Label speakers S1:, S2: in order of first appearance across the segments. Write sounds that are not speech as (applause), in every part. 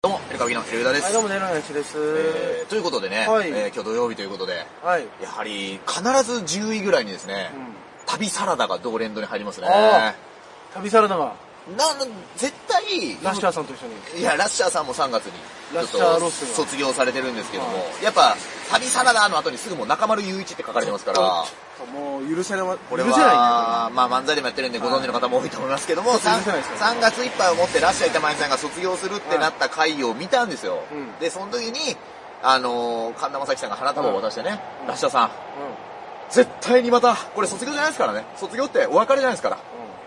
S1: どうも、エルカビのエルダです。
S2: はい、どうも、ねるはやちです。
S1: えーということでね、
S2: はい
S1: えー今日土曜日ということで、
S2: はい。
S1: やはり必ず10位ぐらいにですね、
S2: うん
S1: 旅サラダが同連度に入りますね。
S2: あ旅サラダが、
S1: な、な絶対、
S2: ラッシャーさんと一緒に。
S1: いや、ラッシャーさんも3月に、
S2: ラッシ
S1: ち
S2: ャー
S1: ょっと
S2: ロスが
S1: 卒業されてるんですけども
S2: は、
S1: やっぱ、旅サラダの後にすぐもう中丸雄一って書かれてますから、
S2: もう許せない、
S1: こ
S2: 許
S1: れ
S2: せな
S1: は、まあ漫才でもやってるんでご存知の方も多いと思いますけども、
S2: はい
S1: さん
S2: 許せないですよ
S1: 3月いっぱいをもってラッシャー板前さんが卒業するってなった回を見たんですよ
S2: うん。
S1: で、その時に、あのー、神田正輝さんが花束を渡してね
S2: う、ん
S1: ラッシャーさん、
S2: いね。
S1: 絶対にまた、これ卒業じゃないですからね。卒業ってお別れじゃないですから。
S2: う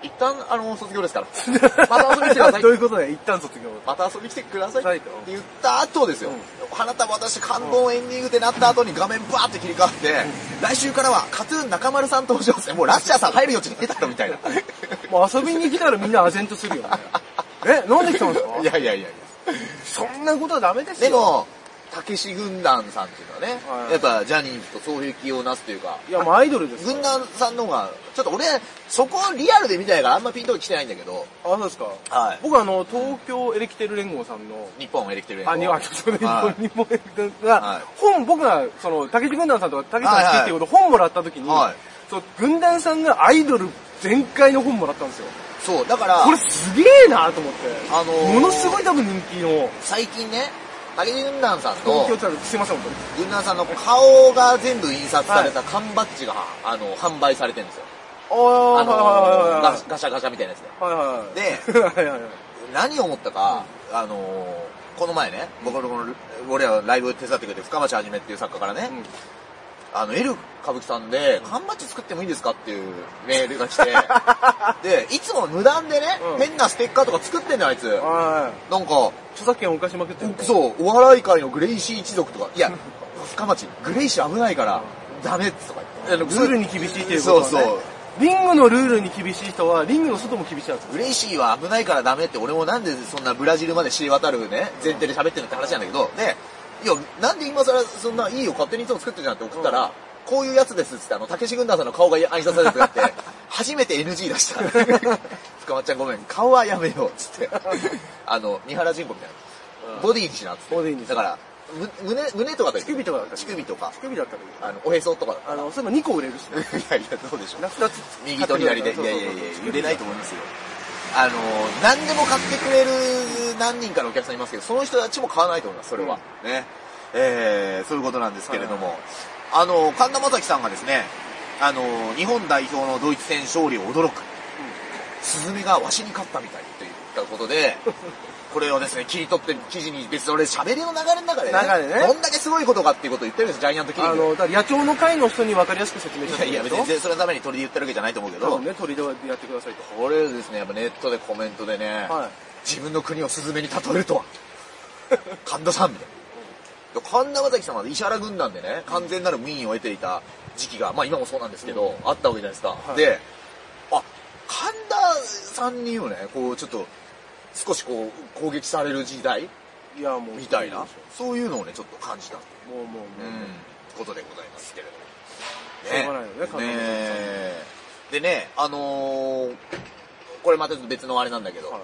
S1: 一旦、あの、卒業です
S2: (laughs)
S1: から。
S2: ん。
S1: また遊びに来てください
S2: (laughs) どういうことだよ、一旦卒業。
S1: また遊びに来てくださ
S2: はいい
S1: って言った後ですよ。
S2: う
S1: 花束渡して感動エンディングってなった後に画面バーって切り替わって、来週からはカトゥーン中丸さん登場ですね。もうラッシャーさん入る余地に出たろみたいな。
S2: もう遊びに来たらみんな唖然と
S1: (laughs)
S2: するよね。え、なんで来たんですか
S1: いやいやいやいや。
S2: そんなことはダメです
S1: で
S2: よ。
S1: も、たけし軍団さんっていうのはね、
S2: はい
S1: やっぱジャニーズと双璧をなすというか、
S2: いや、もうアイドルですよ。
S1: 軍団さんの方が、ちょっと俺、そこリアルで見たいからあんまピンときてないんだけど、
S2: あ、そうですか。
S1: はい
S2: 僕あの、東京エレキテル連合さんの、
S1: 日本エレキテル連合
S2: (laughs) あ、にわそうね、
S1: は
S2: 日本エレキテル
S1: はい
S2: が、本、僕が、その、竹地軍団さんとか竹地さんが好きっていうこと、本もらった時に
S1: はい、
S2: そう、軍団さんがアイドル全開の本もらったんですよ。
S1: いそう、だから、
S2: これすげえなと思って。
S1: あのー
S2: ものすごい多分人気の、
S1: 最近ね、竹地軍団さん
S2: 東
S1: の
S2: 京、ツアーすいません、本当に。
S1: 軍団さんの顔が全部印刷された缶バッジが、あの、販売されてるんですよ。
S2: あ
S1: あ
S2: あ
S1: の
S2: はいはいはいはい
S1: ガガシャガシャみたいなやつで。
S2: はいはい。はいはいはい。で、はいはいはい。
S1: 何を思ったか、あのーこの前ね、僕のこの、俺らライブ手伝ってくれてる深町はじめっていう作家からね、あの、エル歌舞伎さんで、缶バッジ作ってもいいですかっていうメールが来
S2: (laughs)
S1: て、で、いつも無断でね、
S2: うん
S1: 変なステッカーとか作ってんだよ、あいつ。
S2: (laughs) は
S1: なんか、
S2: い。著作権を犯しまくってる。
S1: そう、お笑い界のグレイシー一族とか、いや、深町、グレイシー危ないから、ダメっつとか言って。
S2: ルールに厳しいっていうこ
S1: そ
S2: と
S1: う
S2: はね。
S1: そう。
S2: リングのルールに厳しい人は、リングの外も厳しいやつ。
S1: グレイシーは危ないからダメって、俺もなんでそんなブラジルまで知り渡るね、前提で喋ってるのって話なんだけど、で、いや、なんで今更そんないいよ、勝手にいつも作ってるじゃんって送ったら、こういうやつですっつって、あの、たけし軍団さんの顔が挨拶されてなって、 (laughs) 初めて NG 出した。 (laughs) 深まっちゃんごめん、顔はやめようっつ (laughs) って、あの、三原人子みたいな。ボディにしなっつって。
S2: ボディにし
S1: だ
S2: な
S1: から、む胸、胸とかだよ
S2: 乳首とかだったら
S1: 乳首とか、
S2: 乳首だったらい
S1: あ
S2: い。
S1: の、おへそとかだ
S2: あの、そういうの2個売れるしね。
S1: (laughs) いやいや、どうでしょう。
S2: な二つ。
S1: 右と左で、い
S2: そう
S1: や
S2: そう
S1: い
S2: そう
S1: やいや、売れないと思いますよ。あのー、何でも買ってくれる何人かのお客さんいますけど、その人たちも買わないと思います、それは。ね。えー、そういうことなんですけれども、あのー、神田正輝さんがですね、あのー、日本代表のドイツ戦勝利を驚く。スズメがわしに勝ったみたいといったこと
S2: (laughs)
S1: で、これをですね、切り取って記事に別に俺喋りの流れの中で
S2: 流れね
S1: どんだけすごいことかっていうことを言ってるんです、ジャイアントキリン
S2: あ
S1: グ。
S2: の、だから野鳥の会の人に分かりやすく説明し
S1: い
S2: た
S1: やいや、別
S2: と
S1: に全然それのために鳥で言ってるわけじゃないと思うけ
S2: 多
S1: ど、
S2: 分ね、鳥でやってくださいと。
S1: これですね、やっぱネットでコメントでね、
S2: はい
S1: 自分の国をスズメに例えるとは、 (laughs) 神田さんみたいな。神田正輝さんは石原軍団でね、完全なる民意を得ていた時期が、まあ今もそうなんですけど、あったわけじゃないですか。
S2: い
S1: で、あ、神田さんにもね、こうちょっと、少しこう攻撃される時代
S2: いや、もう。
S1: みたいな
S2: も、
S1: そういうのをね、ちょっと感じた。
S2: うも
S1: う
S2: うもう。
S1: ん、ことでございますけれども。
S2: しょうがないよね神田
S1: ねえでね、あのーこれまた別のあれなんだけど、
S2: はい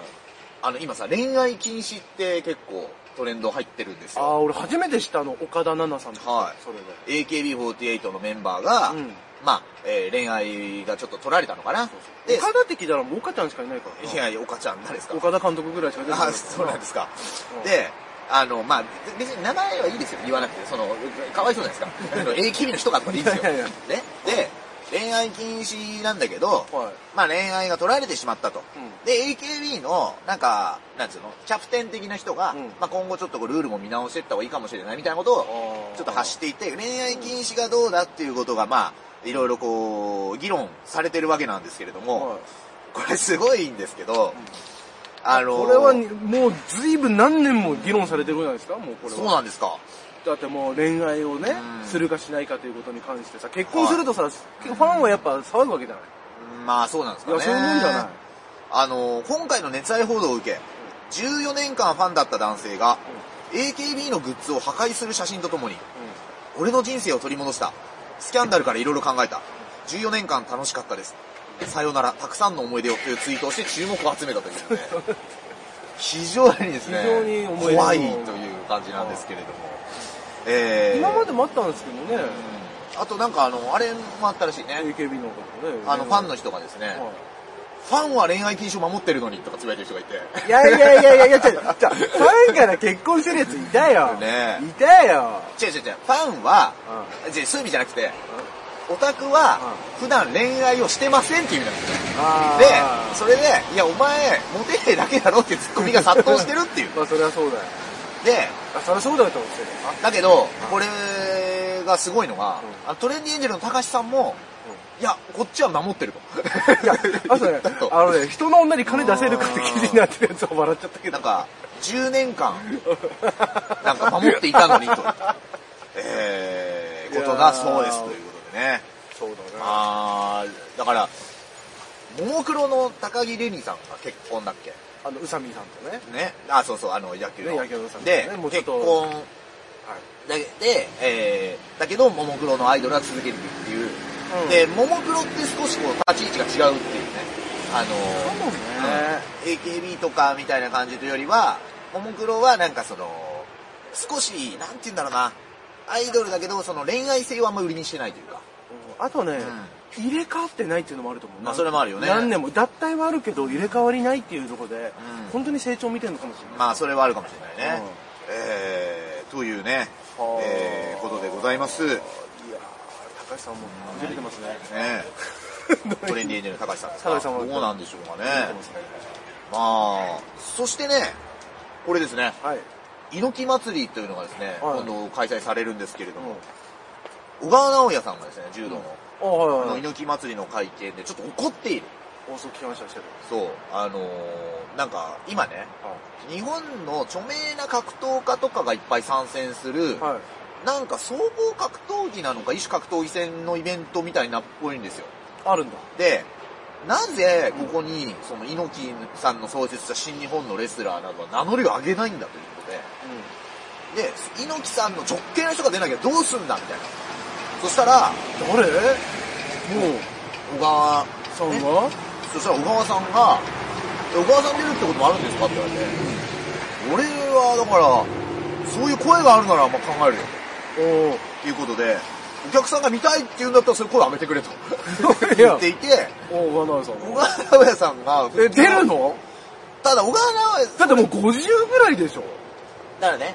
S1: あの、今さ、恋愛禁止って結構トレンド入ってるんです
S2: あ
S1: よ。
S2: あ、俺初めて知ったあの、岡田奈々さんです
S1: はい
S2: それで。
S1: AKB48 のメンバーが、
S2: うん
S1: まあ、えー恋愛がちょっと取られたのかな。で、
S2: 岡田って聞いたらもう岡ちゃんしかいないからな。
S1: いやいや、岡ちゃん誰ですか
S2: 岡田監督ぐらいしか出てこな
S1: あ、
S2: い。
S1: そうなんですか
S2: うん。
S1: で、あの、まあ、別に名前はいいですよ。言わなくて。その、かわいそうじゃないですか。あの AKB の人がとかでいいですよ。
S2: いやいやいや
S1: ね。で、恋愛禁止なんだけど、
S2: はい
S1: まあ恋愛が取られてしまったと。
S2: うん
S1: で、AKB の、なんか、なんつうの、キャプテン的な人が、
S2: うん
S1: まあ今後ちょっとこうルールも見直していった方がいいかもしれないみたいなことを、
S2: あー
S1: ちょっと発していて、恋愛禁止がどうだっていうことが、まあ、いろいろこう、議論されてるわけなんですけれども、
S2: はい
S1: これすごいんですけど、あの
S2: これはにもうずいぶん何年も議論されてるじゃないですか、もうこれ
S1: そう
S2: は。
S1: なんですか。
S2: だってもう恋愛をね
S1: うん、
S2: するかしないかということに関してさ、結婚するとさ、結構ファンはやっぱ騒ぐわけじゃない。
S1: まあそうなんです
S2: い
S1: かね。
S2: や、そういうもんじゃない。
S1: あの、今回の熱愛報道を受け、14年間ファンだった男性が、AKB のグッズを破壊する写真とともに、俺の人生を取り戻した。スキャンダルからいろいろ考えた。14年間楽しか
S2: (laughs)
S1: ったです。さよなら、たくさんの思い出をというツイートをして注目を集めたというね。非常にですね、
S2: 非常に思い出の
S1: 怖いという感じなんですけれども。えー
S2: 今までもあったんですけどね、
S1: あとなんかあの、あれもあったらしいね。
S2: AKB の方ね
S1: あの、ファンの人がですね、
S2: は
S1: ファンは恋愛禁止を守ってるのにとかつぶやいてる人がいて。
S2: いいやいやいやいや
S1: (laughs)
S2: いや、ちょ、ちょ、ファンから結婚してるやついたよ。
S1: ね
S2: いたよ。
S1: 違う違う違う、ファンは、じゃあそういう意味じゃなくて、オタクは普段恋愛をしてませんっていう意味なんですよ。
S2: あ
S1: で、
S2: ー。
S1: それで、いやお前、モテねえだけだろってツッコミが殺到してるっていう
S2: まあ、それはそうだよ。
S1: で、
S2: あそれはそうだよと思ってる。
S1: だけど、これがすごいのが、
S2: う
S1: あのトレンディエンジェルの高橋さんも、いや、こっちは守ってると。
S2: いや、あとね
S1: (laughs) だと、
S2: あのね、人の女に金出せるかって記事になってるやつを笑っちゃったけど。
S1: なんか、10年間、なんか守っていたのにと、えー、ことだそうですということでね。
S2: そうだな。
S1: あー、だから、ももクロの高木レニさんが結婚だっけ
S2: あの、宇佐美さんとね。
S1: ね。あ、そうそう、あの、野球の。
S2: ね野球のさん
S1: で
S2: ねも、うち
S1: 結
S2: ょっと
S1: 婚
S2: はい。
S1: だけで、えー、だけど、ももクロのアイドルは続けるっていう。
S2: うん
S1: で、ももクロって少しこう、立ち位置が違うっていうね。あのー
S2: そうね。
S1: AKB とかみたいな感じというよりは、ももクロはなんかその、少し、なんて言うんだろうな、アイドルだけど、その恋愛性をあんま売りにしてないというか。
S2: あとね、入れ替わってないっていうのもあると思うな。
S1: まあそれもあるよね
S2: 何年も、脱退はあるけど、入れ替わりないっていうところで
S1: うん、
S2: 本当に成長見てるのかもしれない。
S1: まあ、それはあるかもしれないね。
S2: うん
S1: えー、というね、
S2: はあ
S1: えー、ことでございます。ね
S2: いやー、高橋さんも出てますね。
S1: トレンディエンジェルの高橋さんです
S2: 高
S1: か。
S2: 橋さんは
S1: どうなんでしょうかね。
S2: 出てますね。
S1: まあ、そしてね、これですね、
S2: (laughs) はい。
S1: 猪木祭りというのがですね、
S2: はい
S1: 今度開催されるんですけれども、
S2: う
S1: 小川直也さんがですね、柔道の、
S2: ん。あ、は
S1: あ
S2: い
S1: の
S2: はいはい。
S1: 猪木祭りの会見でちょっと怒っている。
S2: 放送聞きました、してる。
S1: そう、あのーなんか今ね、日本の著名な格闘家とかがいっぱい参戦する、
S2: はい。
S1: なんか総合格闘技なのか、異種格闘技戦のイベントみたいなっぽいんですよ。
S2: あるんだ。
S1: で、なぜここに、その猪木さんの創設した新日本のレスラーなどは名乗りを上げないんだということで、で、猪木さんの直系の人が出なきゃどうすんだみたいな。そしたら、
S2: うん。誰もう、
S1: 小川
S2: さんは
S1: そしたら小川さんが、え小川さん出るってこともあるんですかって言われて、俺はだから、そういう声があるならまあ考えるよ。
S2: お
S1: っていうことで、お客さんが見たいって言うんだったらそれ声やめてくれと
S2: ー (laughs) い
S1: 言
S2: や
S1: っ、ていて、
S2: おー、小川直さん
S1: 小
S2: は。
S1: 川直也さんが、
S2: え、出るの
S1: ただ小川直也さん、
S2: だってもう50ぐらいでしょ
S1: だからね、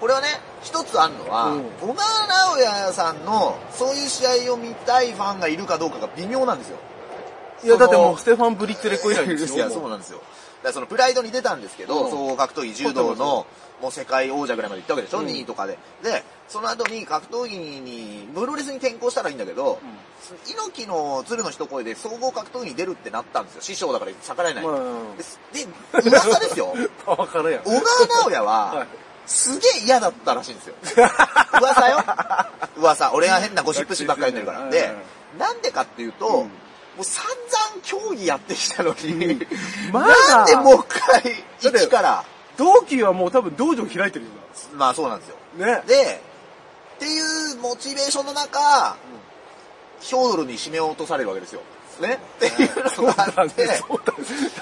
S1: これはね、一つあるのは、
S2: うん
S1: 小川直也さんのそういう試合を見たいファンがいるかどうかが微妙なんですよ。
S2: いや、
S1: その
S2: だってもうステファン・ブリッツレコ以来ですよ。
S1: いや、そうなんですよ。だからそのプライドに出たんですけど、
S2: うん
S1: 総合格闘技柔道の、もう世界王者ぐらいまで行ったわけでしょ、
S2: うん
S1: 2位とかで。で、その後に格闘技に、プロレスに転向したらいいんだけど、猪木の鶴の一声で総合格闘技に出るってなったんですよ。師匠だから逆らえない。
S2: まあうん
S1: で、で噂です
S2: (laughs)
S1: よ。
S2: パワハラやん。
S1: 小川直也は、
S2: (laughs) はい
S1: すげえ嫌だったらしいんですよ。噂よ。噂。俺は変なゴシップ誌ばっかり言ってるから。で、なんでかっていうと、
S2: うん
S1: もう散々競技やってきたの (laughs) に、
S2: まだ
S1: なんでもう一回、
S2: だって
S1: 一から、
S2: 同期はもう多分道場開いてるよ
S1: まあそうなんですよ。
S2: な。ね。
S1: で、っていうモチベーションの中、ヒョードルに締め落とされるわけですよ。ねっていうのがあ
S2: だ
S1: っ
S2: って
S1: て、
S2: だ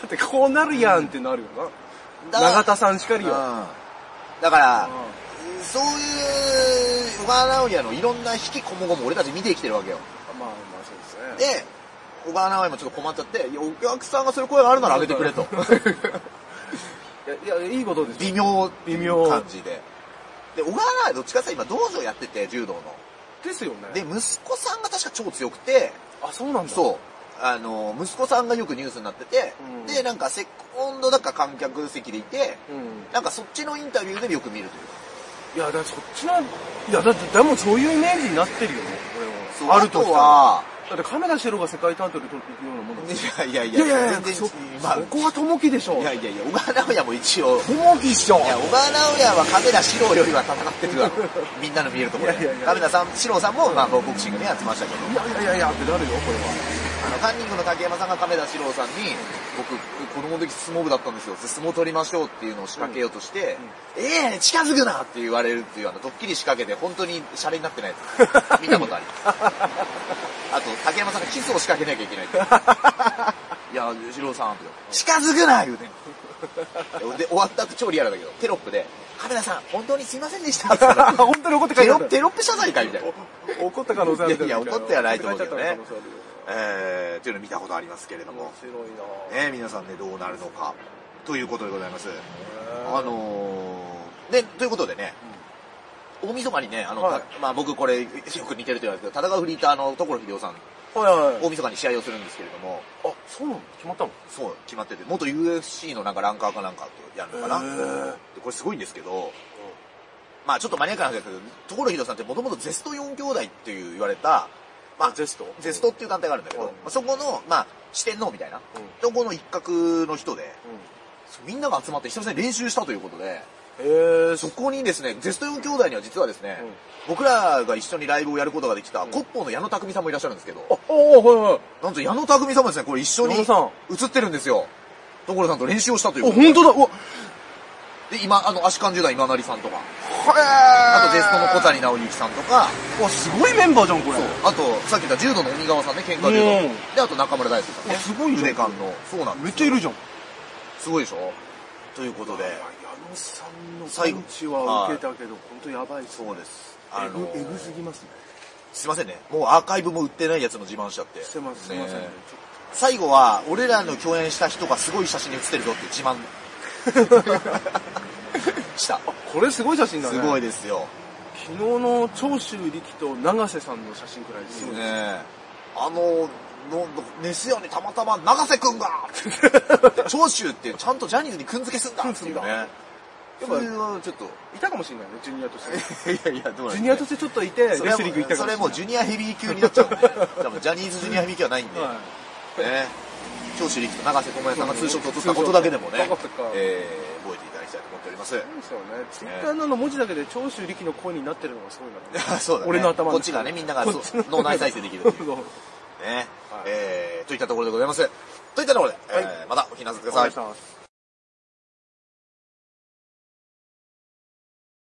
S2: ってこうなるやんってなるよな。
S1: だから
S2: 永田さんしか
S1: う
S2: り
S1: ん
S2: よ。
S1: だから、
S2: う
S1: そういう、小川直也のいろんな引きこもごも俺たち見てきてるわけよ。
S2: んまあまあそうですね。
S1: で、小川直也もちょっと困っちゃって、いや、お客さんがそういう声があるなら上げてくれと。
S2: (laughs) いや、いや、いいことですよ
S1: 微妙、
S2: 微妙
S1: 感じで。で、小川直也どっちかっていうと今道場やってて、柔道の。
S2: ですよ
S1: で、
S2: ね。
S1: 息子さんが確か超強くて、
S2: あ、そうなんだ。
S1: そう。あの、息子さんがよくニュースになってて、
S2: うん
S1: で、なんかセコンドだか観客席でいて、
S2: うん。
S1: なんかそっちのインタビューでよく見るというか。
S2: いや、だからそっちの、いや、だって、でもそういうイメージになってるよね、これは。あるとしたら。
S1: は、
S2: だって亀田四郎が世界タイトル取ってるようなもの
S1: いやい
S2: い
S1: や
S2: や
S1: い
S2: い
S1: や、
S2: やいや、
S1: 全
S2: そ
S1: 然
S2: そ、
S1: まあ、
S2: こは友樹でしょう。
S1: いやいやいや、小川直也も一応、
S2: 友樹っしょ
S1: いや、小川直也は亀田史郎よりは戦ってるだろう。みんなの見えるところ
S2: いやい
S1: で
S2: やい。や
S1: 亀田さん、史郎さんも、まあ、ボクシングね、やってましたけど。
S2: いやいやいやいやってなるよ、これは。
S1: あの、カンニングの竹山さんが亀田史郎さんに、僕、子供の時相撲部だったんですよ。相撲取りましょうっていうのを仕掛けようとして、ええ近づくなって言われるっていう、あの、ドッキリ仕掛けて、本当にシャレになってないやつ見たことあります。あと、竹山さんがキスを仕掛けなきゃいけないっていう。いや、史郎さんって、近づくな言うてん。で、終わった後超リアルだけど、テロップで、カメラさん、本当にすいませんでしたって言
S2: (laughs)
S1: ったら (laughs)
S2: 本当に怒って書
S1: テ
S2: いて
S1: ロ
S2: あ
S1: ップ、
S2: る。
S1: テロップ謝罪会みたいな。
S2: お怒った可能性ある
S1: いやいや怒ってはないと思うけどね
S2: 書いてあった可能性あるよ
S1: えー、というのを見たことありますけれども
S2: 面、白いなぁ
S1: ね、皆さんね、どうなるのか、ということでございます。
S2: あ
S1: あのー、ね、ということでね、大晦日にね、あの、
S2: はい
S1: たまあ僕これ、よく似てると言われてるけど、戦うフリーターの所秀夫さん、
S2: はいはい。
S1: 大晦日に試合をするんですけれども、
S2: あ、そうなの決まったの
S1: そう、決まってて、元 UFC のなんかランカーかなんかとやるのかな。
S2: へー
S1: でこれすごいんですけど、まあちょっとマニアックな話ですけど、所秀夫さんってもともとゼスト4兄弟っていう言われた、まあ、
S2: ゼスト
S1: ゼストっていう団体があるんだけど、
S2: うん
S1: まあそこの、まあ、四天王みたいな、
S2: うん
S1: そこの一角の人で、
S2: う
S1: みんなが集まって久々に練習したということで、
S2: ん。へえ
S1: そこにですね、ゼスト4兄弟には実はですね、僕らが一緒にライブをやることができた、コッポーの矢野匠さんもいらっしゃるんですけど、
S2: あ、おー、はいはい。
S1: なんと矢野匠さんもですね、これ一緒に
S2: 矢野さ
S1: 映ってるんですよ。所さんと練習をしたという
S2: お、
S1: ことで
S2: 本当だうわ
S1: で、今、あの、足勘十段今成さんとか、あ
S2: あ
S1: とゼストの小谷直之さんとか、
S2: わ、すごいメンバーじゃん、これ。
S1: あと、さっき言った柔道の鬼川さんね、喧嘩柔
S2: う
S1: 道
S2: ん。
S1: で、あと中村大輔さんね。
S2: あすごいじゃん
S1: 腕感の。そうなんで
S2: めっ
S1: す
S2: ちゃいるじゃん。
S1: すごいでしょということで、
S2: 矢野さんの
S1: 最後
S2: パンチは受けたけど、本当やばいっすね
S1: そうです。あ
S2: え
S1: の
S2: ぐえぐすぎますね。
S1: すいませんね。もうアーカイブも売ってないやつの自慢しちゃって。
S2: してます、すいませんね
S1: ね。最後は、俺らの共演した人がすごい写真に写ってるぞって自慢。
S2: (laughs)
S1: した。
S2: ちょっとこれすごい写真だね。
S1: すごい
S2: い。
S1: ですよ。
S2: 昨日の長州力と永瀬さんの写真くらいですよ
S1: ね。えあの、の、熱よね、たまたま、永瀬くんが
S2: (laughs)
S1: 長州ってちゃんとジャニーズにくんづけすんだっていうね。やっぱ、それはちょっと、
S2: いたかもしれないね、ジュニアとして。
S1: いやいや、どう
S2: ジュニアとしてちょっといて、レス
S1: それはもう
S2: リング行ったか
S1: そ
S2: も
S1: れ
S2: しれ
S1: も
S2: な
S1: う
S2: い。
S1: ジュニアヘビー級になっちゃ
S2: (laughs)
S1: うんで、多分ジャニーズジュニアヘビー級はないんで、
S2: はい
S1: ね、長州力と永瀬智也さんがツーショットを撮ったことだけでもね
S2: ツーショット撮った、こと
S1: えー、覚えていただきたいと思っております。 (laughs)
S2: そうですよね。ツイッターの文字だけで長州力の声になってるのがすごいなと思っ
S1: (laughs)
S2: て。
S1: そうだね。
S2: 俺の頭の中
S1: こっちがね、みんながそう
S2: こっちの
S1: 脳内再生できるっていう
S2: (laughs) そうそう
S1: ね、えー、といったところでございます。といったところで、えーまたお気になさってくだ
S2: お願
S1: さ
S2: い
S1: い
S2: し。ます。